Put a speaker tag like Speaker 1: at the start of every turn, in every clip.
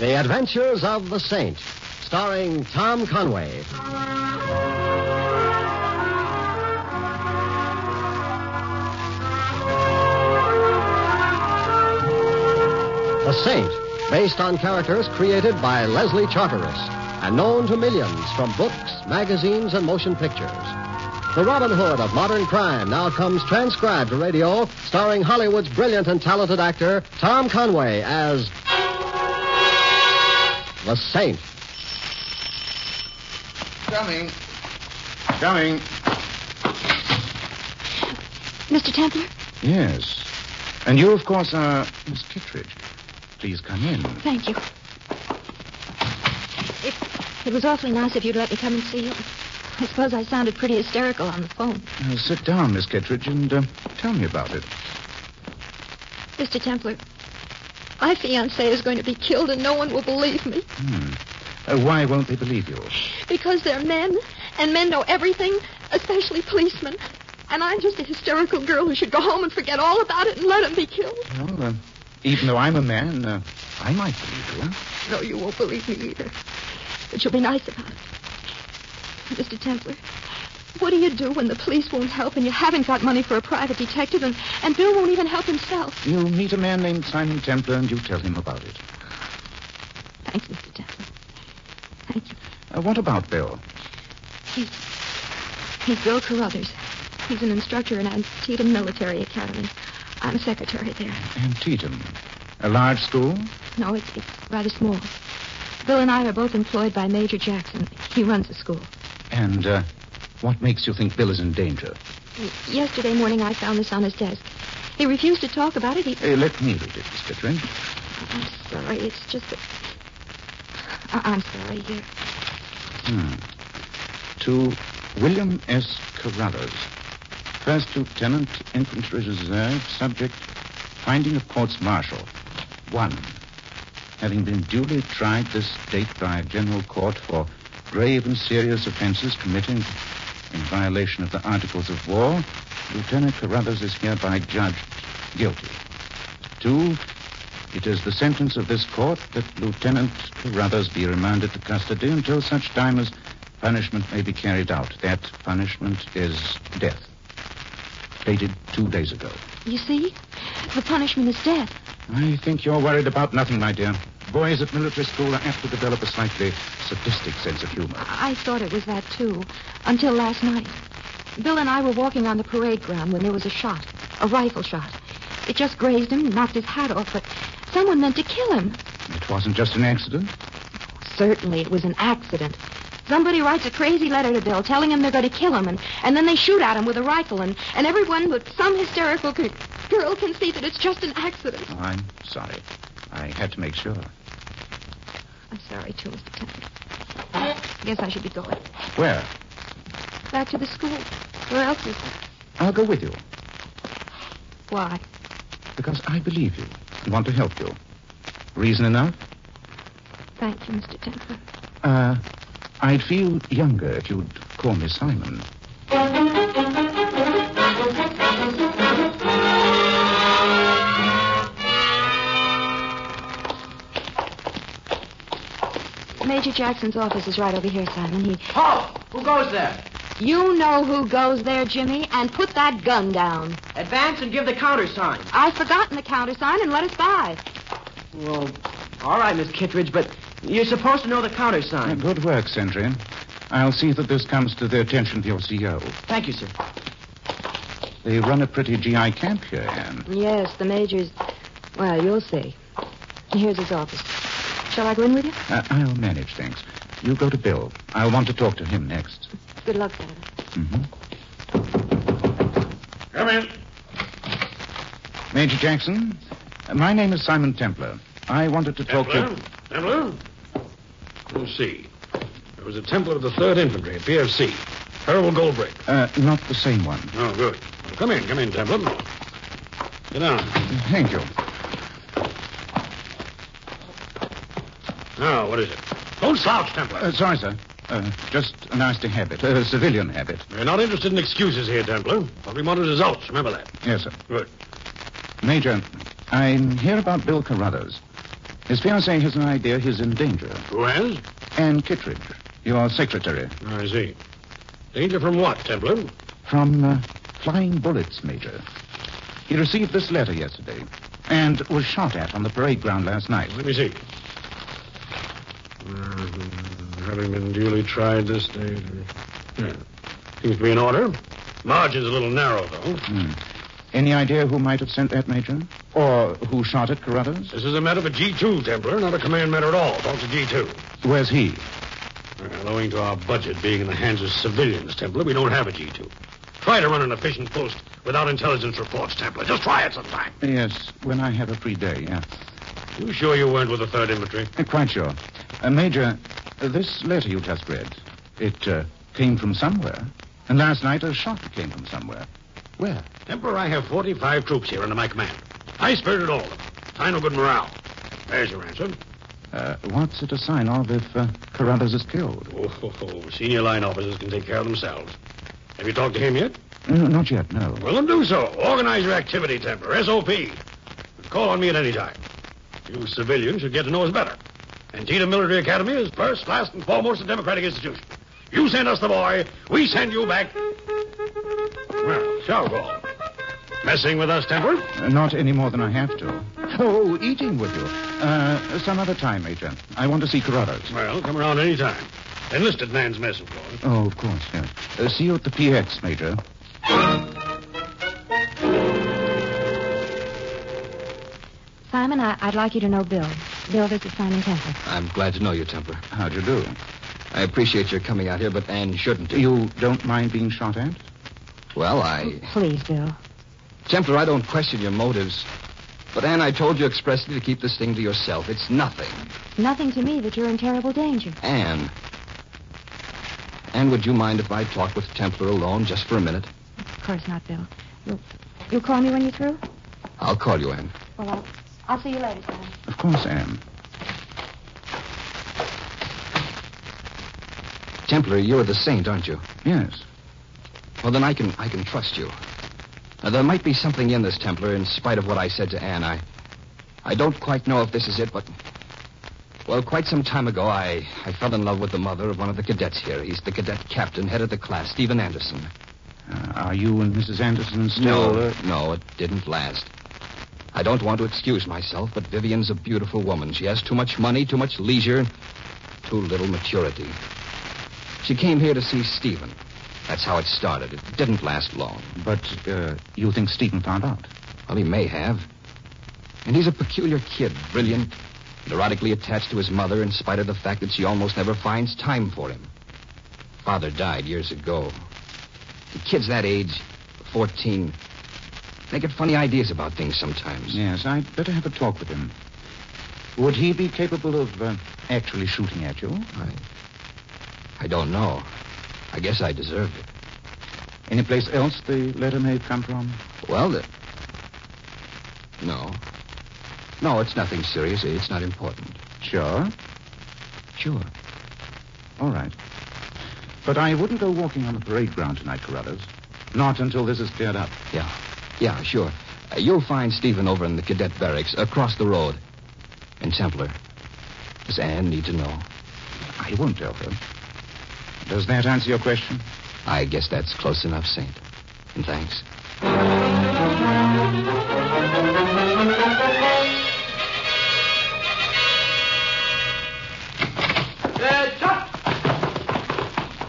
Speaker 1: Adventures of the Saint, starring Tom Conway. The Saint, based on characters created by Leslie Charteris and known to millions from books, magazines, and motion pictures. The Robin Hood of modern crime now comes transcribed to radio, starring Hollywood's brilliant and talented actor Tom Conway as the Saint.
Speaker 2: Coming. Coming.
Speaker 3: Mr. Templer?
Speaker 2: Yes. And you, of course, are Miss Kittredge. Please come in.
Speaker 3: Thank you. It, it was awfully nice of you to let me come and see you. I suppose I sounded pretty hysterical on the phone.
Speaker 2: Now, Uh, sit down, Miss Kittredge, and uh, tell me about it.
Speaker 3: Mr. Templer, my fiancé is going to be killed and no one will believe me
Speaker 2: Hmm. Uh, why won't they believe you?
Speaker 3: because they're men and men know everything, especially policemen. And I'm just a hysterical girl who should go home and forget all about it and let him be killed.
Speaker 2: Well, uh, even though I'm a man, uh, I might believe you.
Speaker 3: No, you won't believe me either. But you'll be nice about it. Mr. Templer, what do you do when the police won't help and you haven't got money for a private detective and, and Bill won't even help himself?
Speaker 2: You meet a man named Simon Templar, and you tell him about it.
Speaker 3: Thanks, Mr. Templer. Thank you.
Speaker 2: Uh, what about Bill?
Speaker 3: He's, he's Bill Carruthers. He's an instructor in Antietam Military Academy. I'm a secretary there.
Speaker 2: Antietam. A large school?
Speaker 3: No, it's, it's rather small. Bill and I are both employed by Major Jackson. He runs the school.
Speaker 2: And uh, what makes you think Bill is in danger?
Speaker 3: Yesterday morning, I found this on his desk. He refused to talk about it. He...
Speaker 2: Uh, let me read it, Miss Kittredge.
Speaker 3: I'm sorry. It's just that... I- I'm sorry. You're...
Speaker 2: Hmm. To William S. Carruthers, First Lieutenant, Infantry Reserve, subject, finding of courts martial. One, having been duly tried this date by a general court for grave and serious offenses committed in violation of the Articles of War, Lieutenant Carruthers is hereby judged guilty. Two, it is the sentence of this court that Lieutenant Carruthers be remanded to custody until such time as punishment may be carried out. That punishment is death. Dated two days ago.
Speaker 3: You see? The punishment is death.
Speaker 2: I think you're worried about nothing, my dear. Boys at military school are apt to develop a slightly sadistic sense of humor.
Speaker 3: I thought it was that, too, until last night. Bill and I were walking on the parade ground when there was a shot, a rifle shot. It just grazed him, knocked his hat off, but someone meant to kill him.
Speaker 2: It wasn't just an accident.
Speaker 3: Certainly, it was an accident. Somebody writes a crazy letter to Bill telling him they're going to kill him, and, and then they shoot at him with a rifle, and, and everyone but some hysterical c- girl can see that it's just an accident.
Speaker 2: Oh, I'm sorry. I had to make sure.
Speaker 3: I'm sorry, too, Mr. Temple. Guess I should be going.
Speaker 2: Where?
Speaker 3: Back to the school. Where else is there?
Speaker 2: I'll go with you
Speaker 3: Why?
Speaker 2: because I believe you and want to help you. Reason enough?
Speaker 3: Thank you, Mr. Temple.
Speaker 2: Uh, I'd feel younger if you'd call me Simon.
Speaker 3: Major Jackson's office is right over here, Simon. He,
Speaker 4: Ho! Who goes there?
Speaker 3: you know who goes there, Jimmy, and put that gun down.
Speaker 4: Advance and give the countersign.
Speaker 3: I've forgotten the countersign and let us by.
Speaker 4: Well, all right, Miss Kittredge, but you're supposed to know the
Speaker 2: Uh,
Speaker 4: countersign.
Speaker 2: good work, Sentry. I'll see that this comes to the attention of your CO.
Speaker 4: Thank you, sir.
Speaker 2: They run a pretty GI camp here, Anne.
Speaker 3: Yes, the major's. Well, you'll see. Here's his office. Shall I go in with you?
Speaker 2: Uh, I'll manage, thanks. You go to Bill. I'll want to talk to him next.
Speaker 3: Good luck, Senator.
Speaker 2: hmm
Speaker 5: Come in.
Speaker 2: Major Jackson, uh, my name is Simon Templar. I wanted to talk
Speaker 5: Templar?
Speaker 2: to.
Speaker 5: Templar? We'll see. There was a Templar of the 3rd Infantry at PFC. Harold Goldbrick.
Speaker 2: Uh, not the same one.
Speaker 5: Oh, good. Well, come in, come in, Templar. Sit down.
Speaker 2: Thank you.
Speaker 5: Now, what is it? Don't slouch, Templar.
Speaker 2: Uh, sorry, sir. Uh, just a nasty habit, a civilian habit.
Speaker 5: We're not interested in excuses here, Templar. But we wanted results. Remember that.
Speaker 2: Yes, sir.
Speaker 5: Good.
Speaker 2: Major, I'm here about Bill Carruthers. His fiancée has an idea he's in danger.
Speaker 5: Who has?
Speaker 2: Anne Kittredge, your secretary.
Speaker 5: I see. Danger from what, Templar?
Speaker 2: From uh, flying bullets, Major. He received this letter yesterday and was shot at on the parade ground last night.
Speaker 5: Let me see. Mm, having been duly tried this day. Yeah. Seems to be in order. Margin's a little narrow, though.
Speaker 2: Hmm. Any idea who might have sent that, Major? Or who shot at Carruthers?
Speaker 5: This is a matter for G2, Templar, not a command matter at all. Talk to G2.
Speaker 2: Where's he?
Speaker 5: Well, owing to our budget being in the hands of civilians, Templar, we don't have a G2. Try to run an efficient post without intelligence reports, Templar. Just try it sometime.
Speaker 2: Yes, when I have a free day, yeah.
Speaker 5: You sure you weren't with the 3rd Infantry?
Speaker 2: Uh, Quite sure. Uh, Major, uh, this letter you just read, it uh, came from somewhere. And last night a shot came from somewhere. Where?
Speaker 5: Temper, I have 45 troops here under my command. High spirited all of them. Sign of good morale. There's your answer.
Speaker 2: Uh, what's it a sign of if uh, Carruthers is killed?
Speaker 5: Oh, ho, ho. senior line officers can take care of themselves. Have you talked to him yet?
Speaker 2: No, not yet, no.
Speaker 5: Well, then do so. Organize your activity, Temper. SOP. Call on me at any time. You civilians should get to know us better. And Tita Military Academy is first, last, and foremost a democratic institution. You send us the boy, we send you back. Well, shall go. Messing with us, Temper?
Speaker 2: Uh, not any more than I have to. Oh, eating with you. Uh, some other time, Major. I want to see Carruthers.
Speaker 5: Well, come around any time. Enlisted man's mess, of course.
Speaker 2: Oh, of course, yes. Uh, see you at the PX, Major.
Speaker 3: Simon, I- I'd like you to know Bill. Bill, this is Simon Temple.
Speaker 6: I'm glad to know you, Temper.
Speaker 2: How'd you do?
Speaker 6: I appreciate your coming out here, but Anne shouldn't.
Speaker 2: You don't mind being shot at?
Speaker 6: Well, I.
Speaker 3: Please, Bill.
Speaker 6: Templar, I don't question your motives. But, Anne, I told you expressly to keep this thing to yourself. It's nothing.
Speaker 3: Nothing to me that you're in terrible danger.
Speaker 6: Anne. Anne, would you mind if I talked with Templar alone just for a minute?
Speaker 3: Of course not, Bill. You'll, you'll call me when you're through?
Speaker 6: I'll call you, Anne.
Speaker 3: Well, I'll, I'll see you later, Simon.
Speaker 2: Of course, Anne.
Speaker 6: Templar, you're the saint, aren't you?
Speaker 2: Yes.
Speaker 6: Well, then I can I can trust you. Now, there might be something in this, Templar, in spite of what I said to Anne. I I don't quite know if this is it, but well, quite some time ago, I, I fell in love with the mother of one of the cadets here. He's the cadet captain, head of the class, Stephen Anderson.
Speaker 2: Uh, are you and Mrs. Anderson still...
Speaker 6: No,
Speaker 2: uh,
Speaker 6: no, it didn't last. I don't want to excuse myself, but Vivian's a beautiful woman. She has too much money, too much leisure, too little maturity. She came here to see Stephen. That's how it started. It didn't last long.
Speaker 2: But uh, you think Stephen found out?
Speaker 6: Well, he may have. And he's a peculiar kid, brilliant, neurotically attached to his mother in spite of the fact that she almost never finds time for him. Father died years ago. The kids that age, 14, they get funny ideas about things sometimes.
Speaker 2: Yes, I'd better have a talk with him. Would he be capable of uh, actually shooting at you?
Speaker 6: I, I don't know. I guess I deserved it.
Speaker 2: Any place else the letter may have come from?
Speaker 6: Well, the... No. No, it's nothing serious. It's not important.
Speaker 2: Sure.
Speaker 6: Sure.
Speaker 2: All right. But I wouldn't go walking on the parade ground tonight, Carruthers. Not until this is cleared up.
Speaker 6: Yeah, yeah, sure. Uh, you'll find Stephen over in the cadet barracks across the road. And Templar, does Anne need to know?
Speaker 2: I won't tell her. Does that answer your question?
Speaker 6: I guess that's close enough, Saint. And thanks.
Speaker 4: Heads up!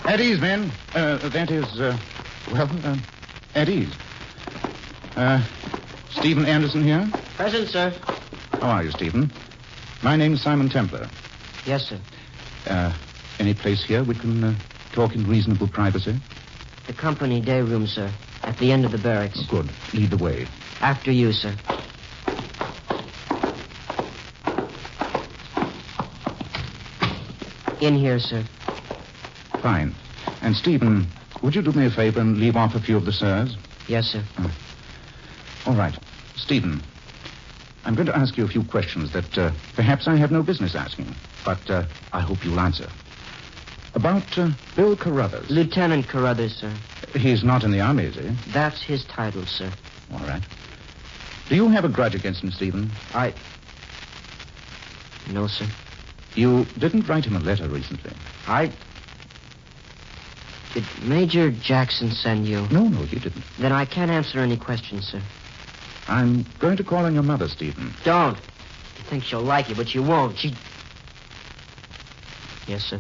Speaker 2: At ease, men. Uh, that is, uh, well, uh, at ease. Uh, Stephen Anderson here.
Speaker 4: Present, sir.
Speaker 2: How are you, Stephen? My name's Simon Templar.
Speaker 4: Yes, sir.
Speaker 2: Uh, any place here we can uh, talk in reasonable privacy?
Speaker 4: The company day room, sir. At the end of the barracks.
Speaker 2: Good. Lead the way.
Speaker 4: After you, sir. In here, sir.
Speaker 2: Fine. And Stephen, would you do me a favor and leave off a few of the sirs? Hmm.
Speaker 4: Yes, sir.
Speaker 2: All right. Stephen, I'm going to ask you a few questions that uh, perhaps I have no business asking, but uh, I hope you'll answer. About uh, Bill Carruthers.
Speaker 4: Lieutenant Carruthers, sir.
Speaker 2: He's not in the army, is he?
Speaker 4: That's his title, sir.
Speaker 2: All right. Do you have a grudge against him, Stephen?
Speaker 4: I. No, sir.
Speaker 2: You didn't write him a letter recently.
Speaker 4: I. Did Major Jackson send you?
Speaker 2: No, no, you didn't.
Speaker 4: Then I can't answer any questions, sir.
Speaker 2: I'm going to call on your mother, Stephen.
Speaker 4: Don't. You think she'll like you, but she won't. She. Yes, sir.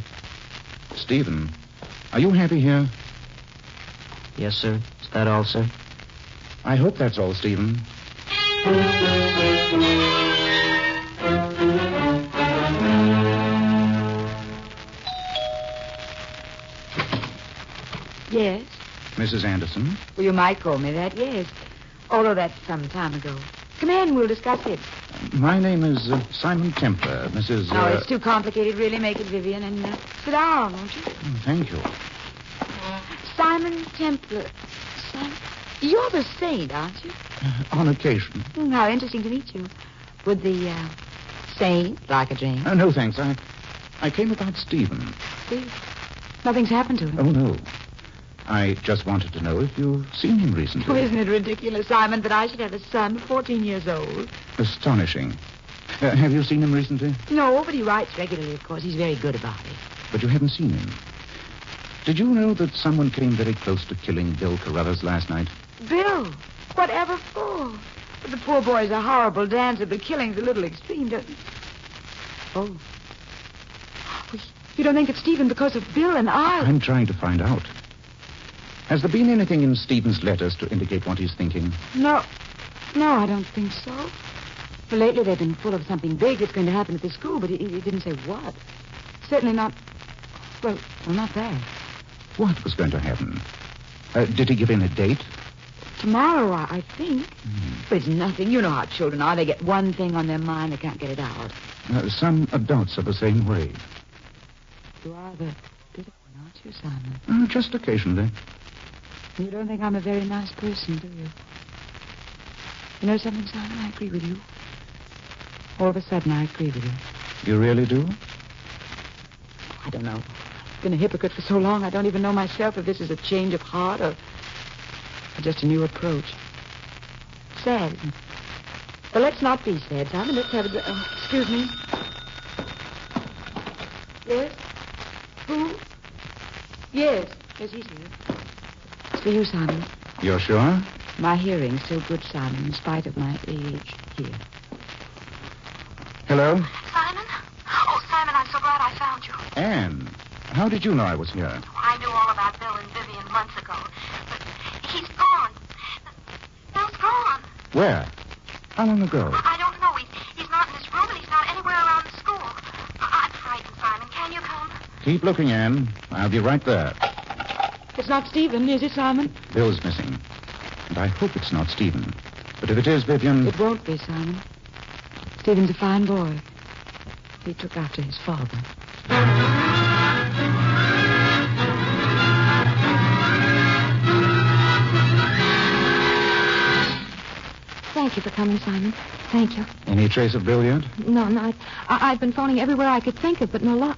Speaker 2: Stephen, are you happy here?
Speaker 4: Yes, sir. Is that all, sir?
Speaker 2: I hope that's all, Stephen.
Speaker 7: Yes.
Speaker 2: Mrs. Anderson,
Speaker 7: Well, you might call me that, yes. Although that's some time ago. Come in, we'll discuss it.
Speaker 2: my name is uh, Simon Templer. Mrs.
Speaker 7: Oh,
Speaker 2: uh,
Speaker 7: it's too complicated, really. Make it, Vivian, and uh, sit down, won't you?
Speaker 2: Oh, Thank you.
Speaker 7: Simon Templar. Simon? You're the saint, aren't you?
Speaker 2: Uh, On occasion.
Speaker 7: Hmm, how interesting to meet you. Would the uh, saint like a drink?
Speaker 2: Uh, no, thanks. I, I came about Stephen.
Speaker 7: Please. Nothing's happened to him.
Speaker 2: Oh, no. I just wanted to know if you've seen him
Speaker 7: Oh,
Speaker 2: recently.
Speaker 7: isn't it ridiculous, Simon, that I should have a son 14 years old?
Speaker 2: Astonishing. Uh, have you seen him recently?
Speaker 7: No, but he writes regularly, of course. He's very good about it.
Speaker 2: But you haven't seen him. Did you know that someone came very close to killing Bill Carruthers last night?
Speaker 7: Bill, whatever for? But the poor boy's a horrible dancer, but killing's a little extreme, don't you? Oh. Well, you don't think it's Stephen because of Bill and I?
Speaker 2: I'm trying to find out. Has there been anything in Stephen's letters to indicate what he's thinking?
Speaker 7: No. No, I don't think so. Well, lately they've been full of something big that's going to happen at the school, but he, he didn't say what. Certainly not. Well, well, not that.
Speaker 2: What was going to happen? Uh, did he give in a date?
Speaker 7: Tomorrow, I, I think. But it's nothing. You know how children are. They get one thing on their mind, they can't get it out.
Speaker 2: Uh, some adults are the same way.
Speaker 7: You are the bitter one, aren't you, Simon?
Speaker 2: Uh, just occasionally.
Speaker 7: You don't think I'm a very nice person, do you? You know something, Simon? I agree with you. All of a sudden, I agree with you.
Speaker 2: You really do?
Speaker 7: I don't know. I've been a hypocrite for so long, I don't even know myself if this is a change of heart or, or just a new approach. Sad. isn't it? Well, let's not be sad, Simon. Let's have a... dr- Oh, excuse me. Yes? Who? Yes. Yes, he's here. It's for you, Simon.
Speaker 2: You're sure?
Speaker 7: My hearing's still good, Simon, in spite of my age here.
Speaker 2: Hello?
Speaker 8: Simon? Oh, Simon, I'm so glad I found you.
Speaker 2: Anne, how did you know I was here?
Speaker 8: I knew all about Bill and Vivian months ago. But he's gone. Bill's gone.
Speaker 2: Where? How long ago?
Speaker 8: I I don't know. He's, he's not in his room and he's not anywhere around the school. I- I'm frightened, Simon. Can you come?
Speaker 2: Keep looking, Anne. I'll be right there.
Speaker 7: It's not Stephen, is it, Simon?
Speaker 2: Bill's missing. And I hope it's not Stephen. But if it is, Vivian.
Speaker 7: It won't be, Simon. Stephen's a fine boy. He took after his father.
Speaker 3: Thank you for coming, Simon. Thank you.
Speaker 2: Any trace of Bill yet?
Speaker 3: No, no. I, I, I've been phoning everywhere I could think of, but no luck.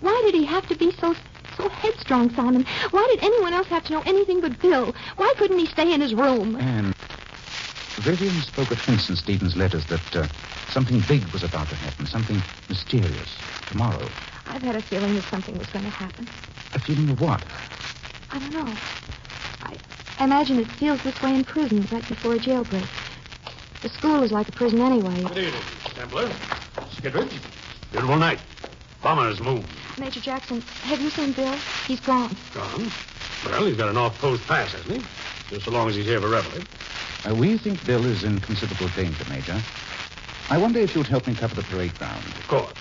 Speaker 3: Why did he have to be so so headstrong, Simon? Why did anyone else have to know anything but Bill? Why couldn't he stay in his room?
Speaker 2: Anne. Vivian spoke of hints in Stephen's letters that uh, something big was about to happen, something mysterious, tomorrow.
Speaker 3: I've had a feeling that something was going to happen.
Speaker 2: A feeling of what?
Speaker 3: I don't know. I imagine it feels this way in prison right before a jailbreak. The school is like a prison anyway.
Speaker 5: Good evening, Templar. Skidridge. Beautiful night. Bombers moved.
Speaker 3: Major Jackson, have you seen Bill? He's gone.
Speaker 5: Gone. Well, he's got an off-post pass, hasn't he? Just so long as he's here for Reveille.
Speaker 2: Uh, we think Bill is in considerable danger, Major. I wonder if you'd help me cover the parade ground.
Speaker 5: Of course.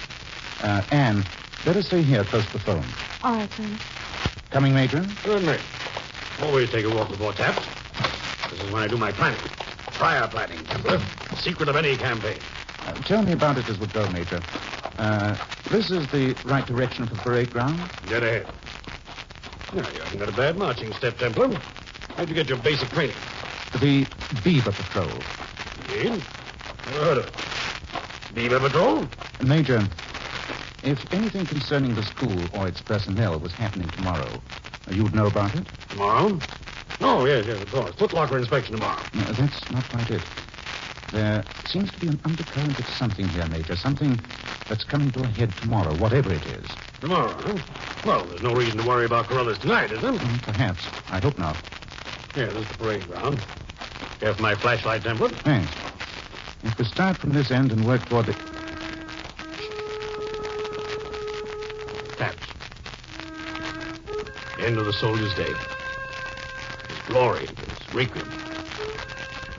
Speaker 2: Uh, Anne, let us stay here close to the phone.
Speaker 3: All right, Simon.
Speaker 2: Coming, Major?
Speaker 5: Good night. Always take a walk before taps. This is when I do my planning. Prior planning, Templar. Secret of any campaign.
Speaker 2: Uh, tell me about it as we go, Major. Uh, this is the right direction for the parade ground.
Speaker 5: Dead ahead. Now, you haven't got a bad marching step, Templar. How'd you get your basic training?
Speaker 2: The Beaver Patrol.
Speaker 5: Indeed. Never heard of it. Beaver Patrol?
Speaker 2: Major, if anything concerning the school or its personnel was happening tomorrow, you'd know about it?
Speaker 5: Tomorrow? Oh, yes, yes, of course. Footlocker inspection tomorrow.
Speaker 2: No, that's not quite it. There seems to be an undercurrent of something here, Major. Something that's coming to a head tomorrow, whatever it is.
Speaker 5: Tomorrow, huh? Well, there's no reason to worry about Carruthers tonight, is there?
Speaker 2: Mm, Perhaps. I hope not.
Speaker 5: Here, this is the parade ground. Here's my flashlight template.
Speaker 2: Thanks. If we start from this end and work toward the.
Speaker 5: Taps. End of the soldier's day. His glory, his requiem.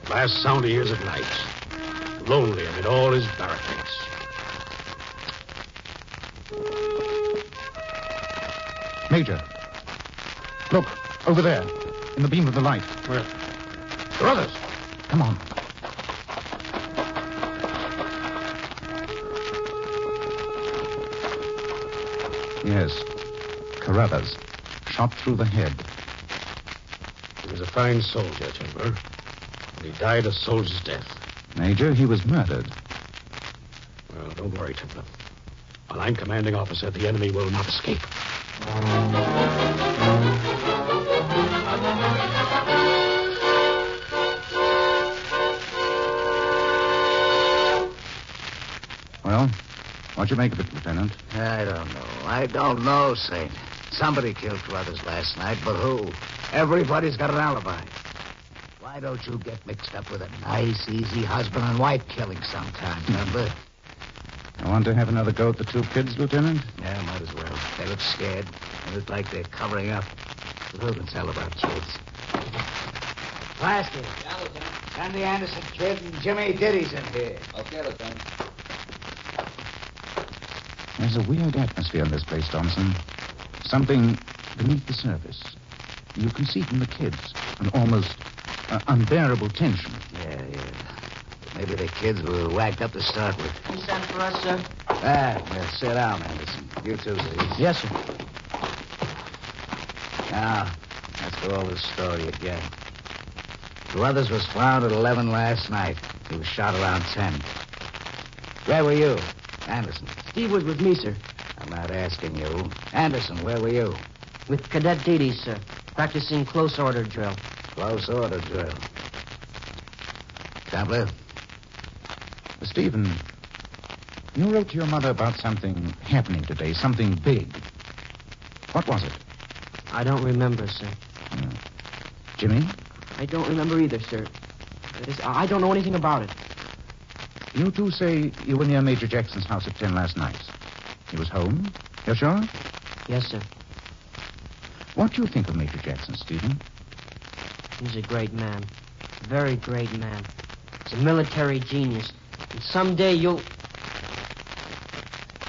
Speaker 5: Last sound he hears at night. Lonely amid all his barricades.
Speaker 2: Major. Look, over there, in the beam of the light.
Speaker 5: Well, Carruthers.
Speaker 2: Come on. Yes. Carruthers. Shot through the head.
Speaker 5: He was a fine soldier, Timber. And he died a soldier's death.
Speaker 2: Major, he was murdered.
Speaker 5: Well, don't worry, Templar. While I'm commanding officer, the enemy will not escape.
Speaker 2: Well, what'd you make of it, Lieutenant?
Speaker 9: I don't know. I don't know, Saint. Somebody killed Carruthers last night, but who? Everybody's got an alibi. Why don't you get mixed up with a nice, easy husband and wife killing sometime, remember?
Speaker 2: I want to have another go at the two kids, Lieutenant.
Speaker 9: Yeah, might as well. They look scared. They look like they're covering up. Who can tell about kids? Plastic. Sandy Anderson kid and Jimmy Diddy's in here.
Speaker 2: There's a weird atmosphere in this place, Thompson. Something beneath the surface. You can see from the kids an almost uh, unbearable tension.
Speaker 9: Yeah, yeah. Maybe the kids were whacked up to start with.
Speaker 4: You sent for us, sir?
Speaker 9: Ah, yeah, sit down, Anderson. You too, please. Yes, sir. Now, let's go over the story again. Carruthers was found at 11 last night. He was shot around 10. Where were you? Anderson.
Speaker 4: Steve was with me, sir.
Speaker 9: I'm not asking you. Anderson, where were you?
Speaker 4: With Cadet Dede, sir. Practicing close order drill.
Speaker 9: Close order drill. Templar?
Speaker 2: Stephen, you wrote to your mother about something happening today, something big. What was it?
Speaker 4: I don't remember, sir.
Speaker 2: Jimmy,
Speaker 4: I don't remember either, sir. That is, I I don't know anything about it.
Speaker 2: you two say you were near Major Jackson's house at 10 last night. He was home? You're sure?
Speaker 4: Yes, sir.
Speaker 2: What do you think of Major Jackson, Stephen?
Speaker 4: He's a great man. Very great man. He's a military genius. And someday you'll.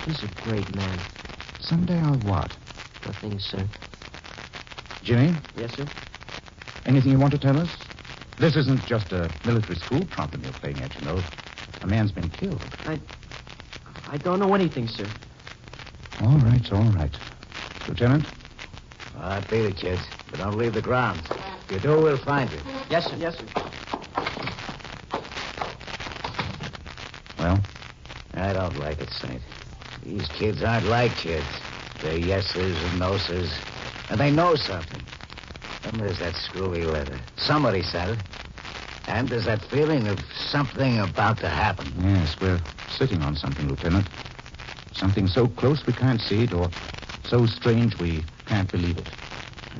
Speaker 4: He's a great man.
Speaker 2: Someday I'll what?
Speaker 4: Nothing, sir.
Speaker 2: Jimmy,
Speaker 4: Yes, sir?
Speaker 2: anything you want to tell us? This isn't just a military school problem you're playing at, you know. A man's been killed.
Speaker 4: I. I don't know anything, sir.
Speaker 2: All right, all right. Lieutenant?
Speaker 9: All right, beat it, kids. But don't leave the grounds. If you do, we'll find you.
Speaker 4: Yes, sir. Yes, sir.
Speaker 2: Well,
Speaker 9: I don't like it, Saint. These kids aren't like kids. They're yeses and noses. And they know something. And there's that screwy letter. Somebody sent it. And there's that feeling of something about to happen.
Speaker 2: yes, we're sitting on something, Lieutenant. Something so close we can't see it, or so strange we can't believe it.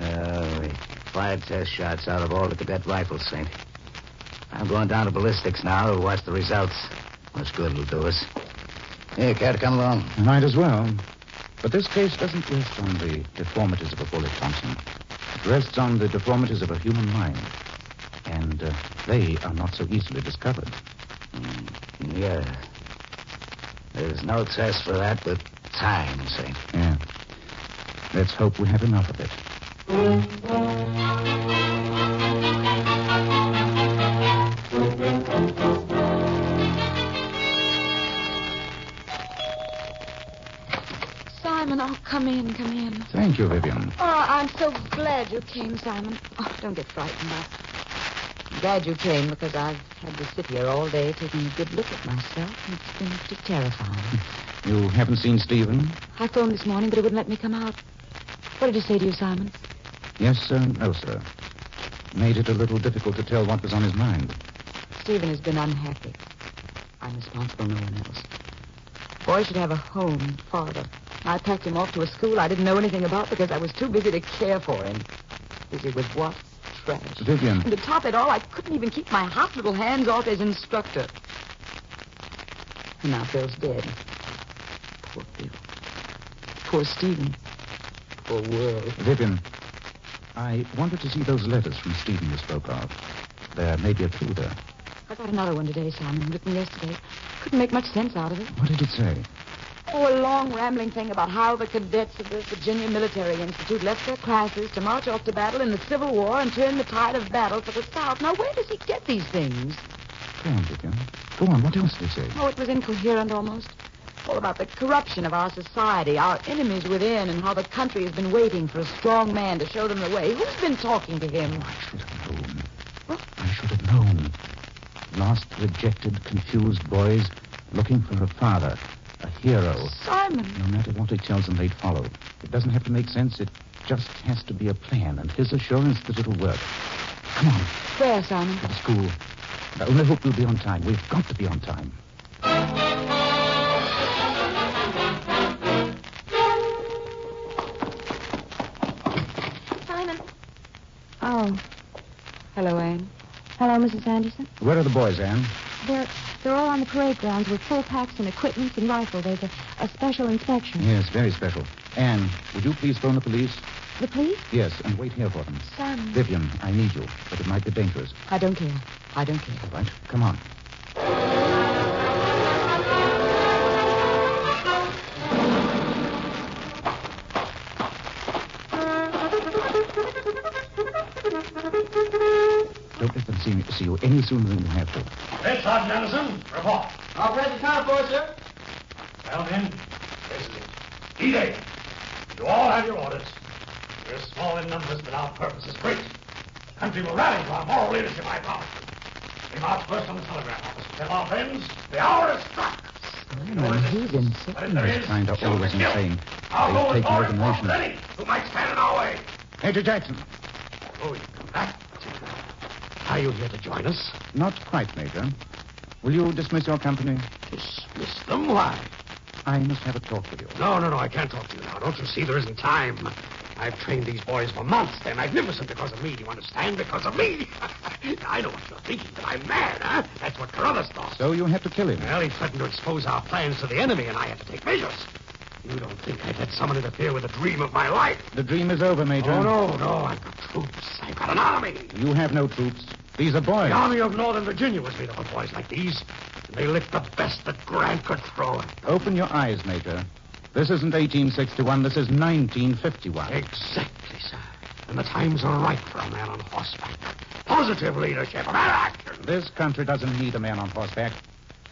Speaker 9: Uh, we fired test shots out of all the cadet rifles, Saint. I'm going down to ballistics now to watch the results. Much good will do us. Here, cat, come along.
Speaker 2: Might as well. But this case doesn't rest on the deformities of a bullet, Thompson. It rests on the deformities of a human mind. And uh, they are not so easily discovered.
Speaker 9: Yeah. There's no test for that but time, Saint.
Speaker 2: Yeah. Let's hope we have enough of it.
Speaker 3: Simon, oh, come in, come in.
Speaker 2: Thank you, Vivian.
Speaker 3: Oh, I'm so glad you came, Simon. Oh,
Speaker 7: Don't get frightened. I- I'm glad you came because I've had to sit here all day taking a good look at myself. and It's been pretty terrifying.
Speaker 2: You haven't seen Stephen?
Speaker 7: I phoned this morning, but he wouldn't let me come out. What did he say to you, Simon?
Speaker 2: Yes, sir. No, sir. Made it a little difficult to tell what was on his mind.
Speaker 7: Stephen has been unhappy. I'm responsible, no one else. Boy should have a home and father. I packed him off to a school I didn't know anything about because I was too busy to care for him. Busy with what? Trash.
Speaker 2: Vivian.
Speaker 7: And to top it all, I couldn't even keep my hot little hands off his instructor. And now Phil's dead. Poor Phil. Poor Stephen. Poor world.
Speaker 2: Vivian, I wanted to see those letters from Stephen you spoke of. There may be a clue there.
Speaker 7: I got another one today, Simon, written yesterday. Couldn't make much sense out of it.
Speaker 2: What did it say?
Speaker 7: Oh, a long rambling thing about how the cadets of the Virginia Military Institute left their classes to march off to battle in the Civil War and turn the tide of battle for the South. Now, where does he get these things?
Speaker 2: Go on, Vivian. Go on. What else did it say?
Speaker 7: Oh, it was incoherent almost. All about the corruption of our society, our enemies within, and how the country has been waiting for a strong man to show them the way. Who's been talking to him?
Speaker 2: I should have known. I should have known. Lost, rejected, confused boys looking for a father, a hero.
Speaker 7: Simon.
Speaker 2: No matter what he tells them, they follow. It doesn't have to make sense. It just has to be a plan, and his assurance that it'll work. Come on,
Speaker 7: Where, Simon?
Speaker 2: to the school. I only hope we'll be on time. We've got to be on time.
Speaker 3: Simon.
Speaker 7: Oh. Hello, Anne.
Speaker 3: Hello, Mrs. Anderson.
Speaker 2: Where are the boys, Anne?
Speaker 3: They're, they're all on the parade grounds with full packs and equipment and rifle. There's a, a special inspection.
Speaker 2: Yes, very special. Anne, would you please phone the police?
Speaker 3: The police?
Speaker 2: Yes, and wait here for them.
Speaker 3: Simon.
Speaker 2: Vivian, I need you, but it might be dangerous.
Speaker 7: I don't care. I don't care.
Speaker 2: All right, come on. Don't let them see, me, see you any sooner than you have to.
Speaker 5: Head Sergeant Anderson, report.
Speaker 9: Operating counterforce, sir.
Speaker 5: Well, men, this is it. E-Day. You all have your orders. We're small in numbers, but our purpose is great. The country will rally to our moral leadership, I promise you. We march first on the telegraph office. Tell our friends the hour is struck.
Speaker 7: Simon, he's insane.
Speaker 5: But if there
Speaker 2: Those
Speaker 5: is,
Speaker 2: kind are
Speaker 5: shoot
Speaker 2: always
Speaker 5: and kill.
Speaker 2: insane.
Speaker 5: I'll
Speaker 2: They
Speaker 5: go as
Speaker 2: take
Speaker 5: far
Speaker 2: more
Speaker 5: as
Speaker 2: than
Speaker 5: Fort
Speaker 2: rational.
Speaker 5: Benning, who might stand in our way.
Speaker 2: Major Jackson.
Speaker 5: Oh, you come back. Are you here to join us?
Speaker 2: Not quite, Major. Will you dismiss your company?
Speaker 5: Dismiss them? Why?
Speaker 2: I must have a talk with you.
Speaker 5: No, no, no, I can't talk to you now. Don't you see there isn't time? I've trained these boys for months. They're magnificent because of me. Do you understand? Because of me. I know what you're thinking, that I'm mad, huh? That's what Carruthers thought.
Speaker 2: So you have to kill him.
Speaker 5: Well, he threatened to expose our plans to the enemy, and I had to take measures. You don't think I'd let someone interfere with the dream of my life?
Speaker 2: The dream is over, Major.
Speaker 5: Oh, no, no. I've got troops. I've got an army.
Speaker 2: You have no troops. These are boys.
Speaker 5: The Army of Northern Virginia was made up of boys like these. And they licked the best that Grant could throw at them.
Speaker 2: Open your eyes, Major. This isn't 1861. This is 1951.
Speaker 5: Exactly, sir. And the times are right for a man on horseback. Positive leadership, a man of action.
Speaker 2: This country doesn't need a man on horseback.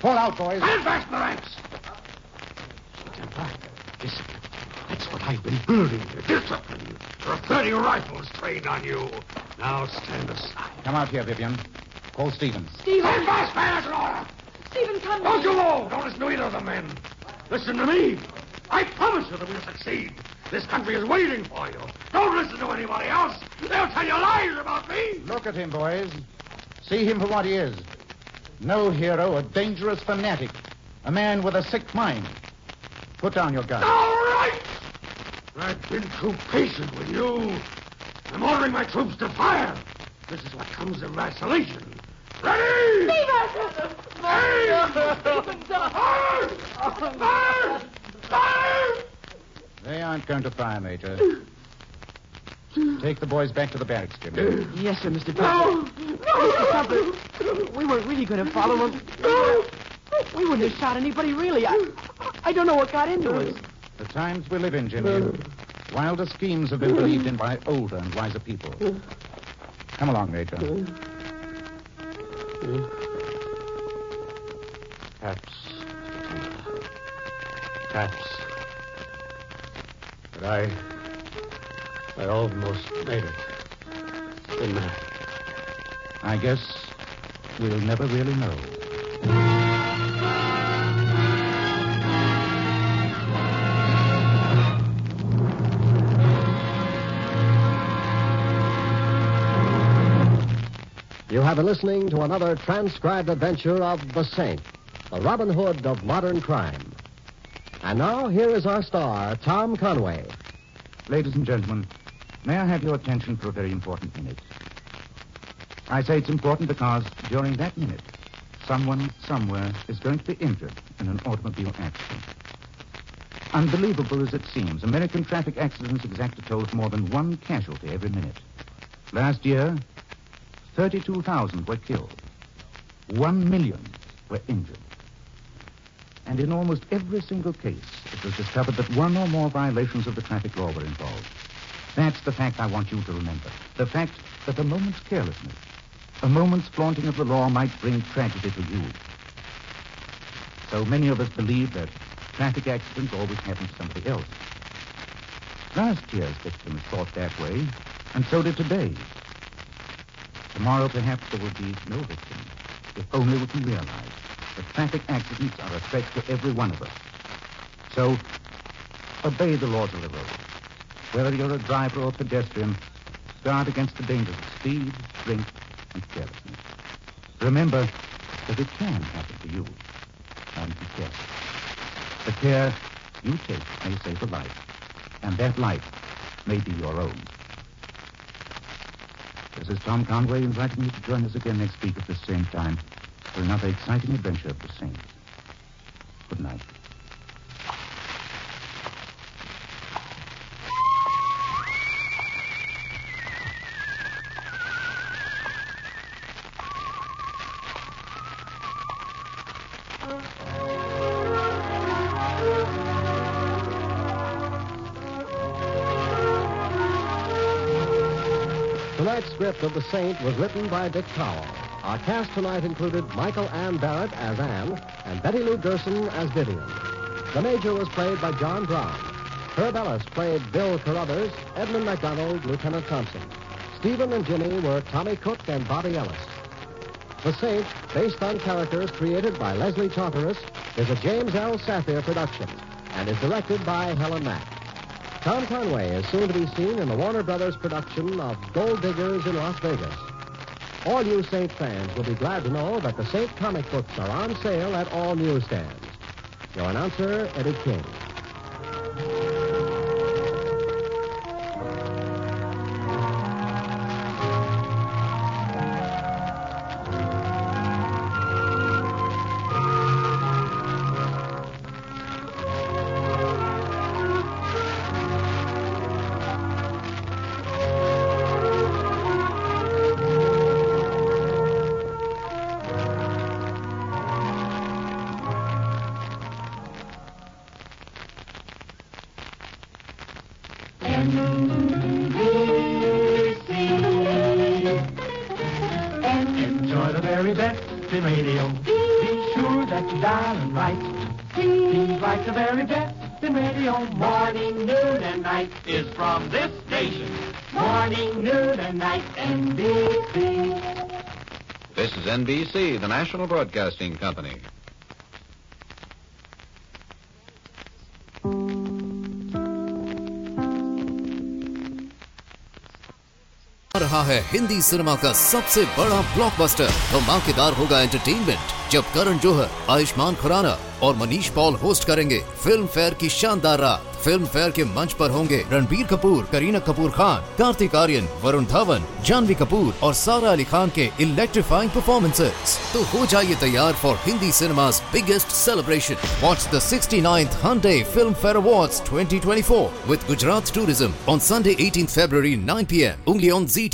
Speaker 2: Fall out, boys.
Speaker 5: Stand fast in the ranks. Temper, discipline. That's what I've been building here. Discipline. There are 30 rifles trained on you. Now stand aside.
Speaker 2: Come out here, Vivian. Call Stevens.
Speaker 5: Stand fast, man. That's an order.
Speaker 7: Stephen, come
Speaker 5: Don't you all. Don't listen to either of the men. Listen to me. I promise you that we'll succeed. This country is waiting for you. Don't listen to anybody else. They'll tell you lies about me.
Speaker 2: Look at him, boys. See him for what he is. No hero, a dangerous fanatic. A man with a sick mind. Put down your gun.
Speaker 5: All right! I've been too patient with you. I'm ordering my troops to fire. This is what comes of vacillation. Ready! Leave us! Fire! Fire! Fire!
Speaker 2: They aren't going to fire, Major. Take the boys back to the barracks, Jim.
Speaker 7: Yes, sir, Mr. Butler. Mr. Butler, we weren't really going to follow him. We wouldn't have shot anybody, really. I, I don't know what got into us.
Speaker 2: The times we live in, Jimmy. Wilder schemes have been believed in by older and wiser people. Come along, Major.
Speaker 5: Taps. Taps. But I. I almost made it. Didn't I?
Speaker 2: uh, I guess we'll never really know.
Speaker 1: You have been listening to another transcribed adventure of The Saint, the Robin Hood of modern crime. And now, here is our star, Tom Conway.
Speaker 2: Ladies and gentlemen, may I have your attention for a very important minute? I say it's important because during that minute, someone somewhere is going to be injured in an automobile accident. Unbelievable as it seems, American traffic accidents exact a toll of more than one casualty every minute. Last year, 32,000 were killed. One million were injured. And in almost every single case, it was discovered that one or more violations of the traffic law were involved. That's the fact I want you to remember. The fact that a moment's carelessness, a moment's flaunting of the law might bring tragedy to you. So many of us believe that traffic accidents always happen to somebody else. Last year's victims thought that way, and so did today. Tomorrow, perhaps, there will be no victims, if only we can realize that traffic accidents are a threat to every one of us. So, obey the laws of the road. Whether you're a driver or pedestrian, guard against the dangers of speed, drink, and carelessness. Remember that it can happen to you, and be careful. The care you take may save a life, and that life may be your own. This is Tom Conway inviting you to join us again next week at the same time for another exciting adventure of the Saints. Good night.
Speaker 1: Tonight's script of The Saint was written by Dick Powell. Our cast tonight included Michael Ann Barrett as Anne and Betty Lou Gerson as Vivian. The Major was played by John Brown. Herb Ellis played Bill Carruthers, Edmund MacDonald, Lieutenant Thompson. Stephen and Jimmy were Tommy Cook and Bobby Ellis. The Saint, based on characters created by Leslie Charteris, is a James L. Saphir production and is directed by Helen Mack. Tom Conway is soon to be seen in the Warner Brothers production of Gold Diggers in Las Vegas. All you Saint fans will be glad to know that the Saint comic books are on sale at all newsstands. Your announcer, Eddie King.
Speaker 10: Enjoy the very best in radio. Be sure that you dial and write. Seems like the very best in radio. Morning, noon, and night is from this station. Morning, noon, and night, NBC.
Speaker 11: This is NBC, the National Broadcasting Company.
Speaker 12: आ रहा है Hindi cinema का सबसे बड़ा blockbuster धमाकेदार होगा entertainment जब करण जोहर आयुष्मान खुराना और Manish Paul host करेंगे फिल्म फेयर की शानदार रात फिल्म फेयर के मंच पर होंगे रणबीर कपूर करीना कपूर खान कार्तिक आर्यन वरुण धवन जानवी कपूर और सारा अली खान के इलेक्ट्रीफाइंग परफॉर्मेंसेस तो हो जाइए तैयार for Hindi cinema's biggest celebration. Watch the 69th Hyundai Film Fair Awards 2024 with Gujarat Tourism on Sunday 18th February 9 p.m. only on ZT.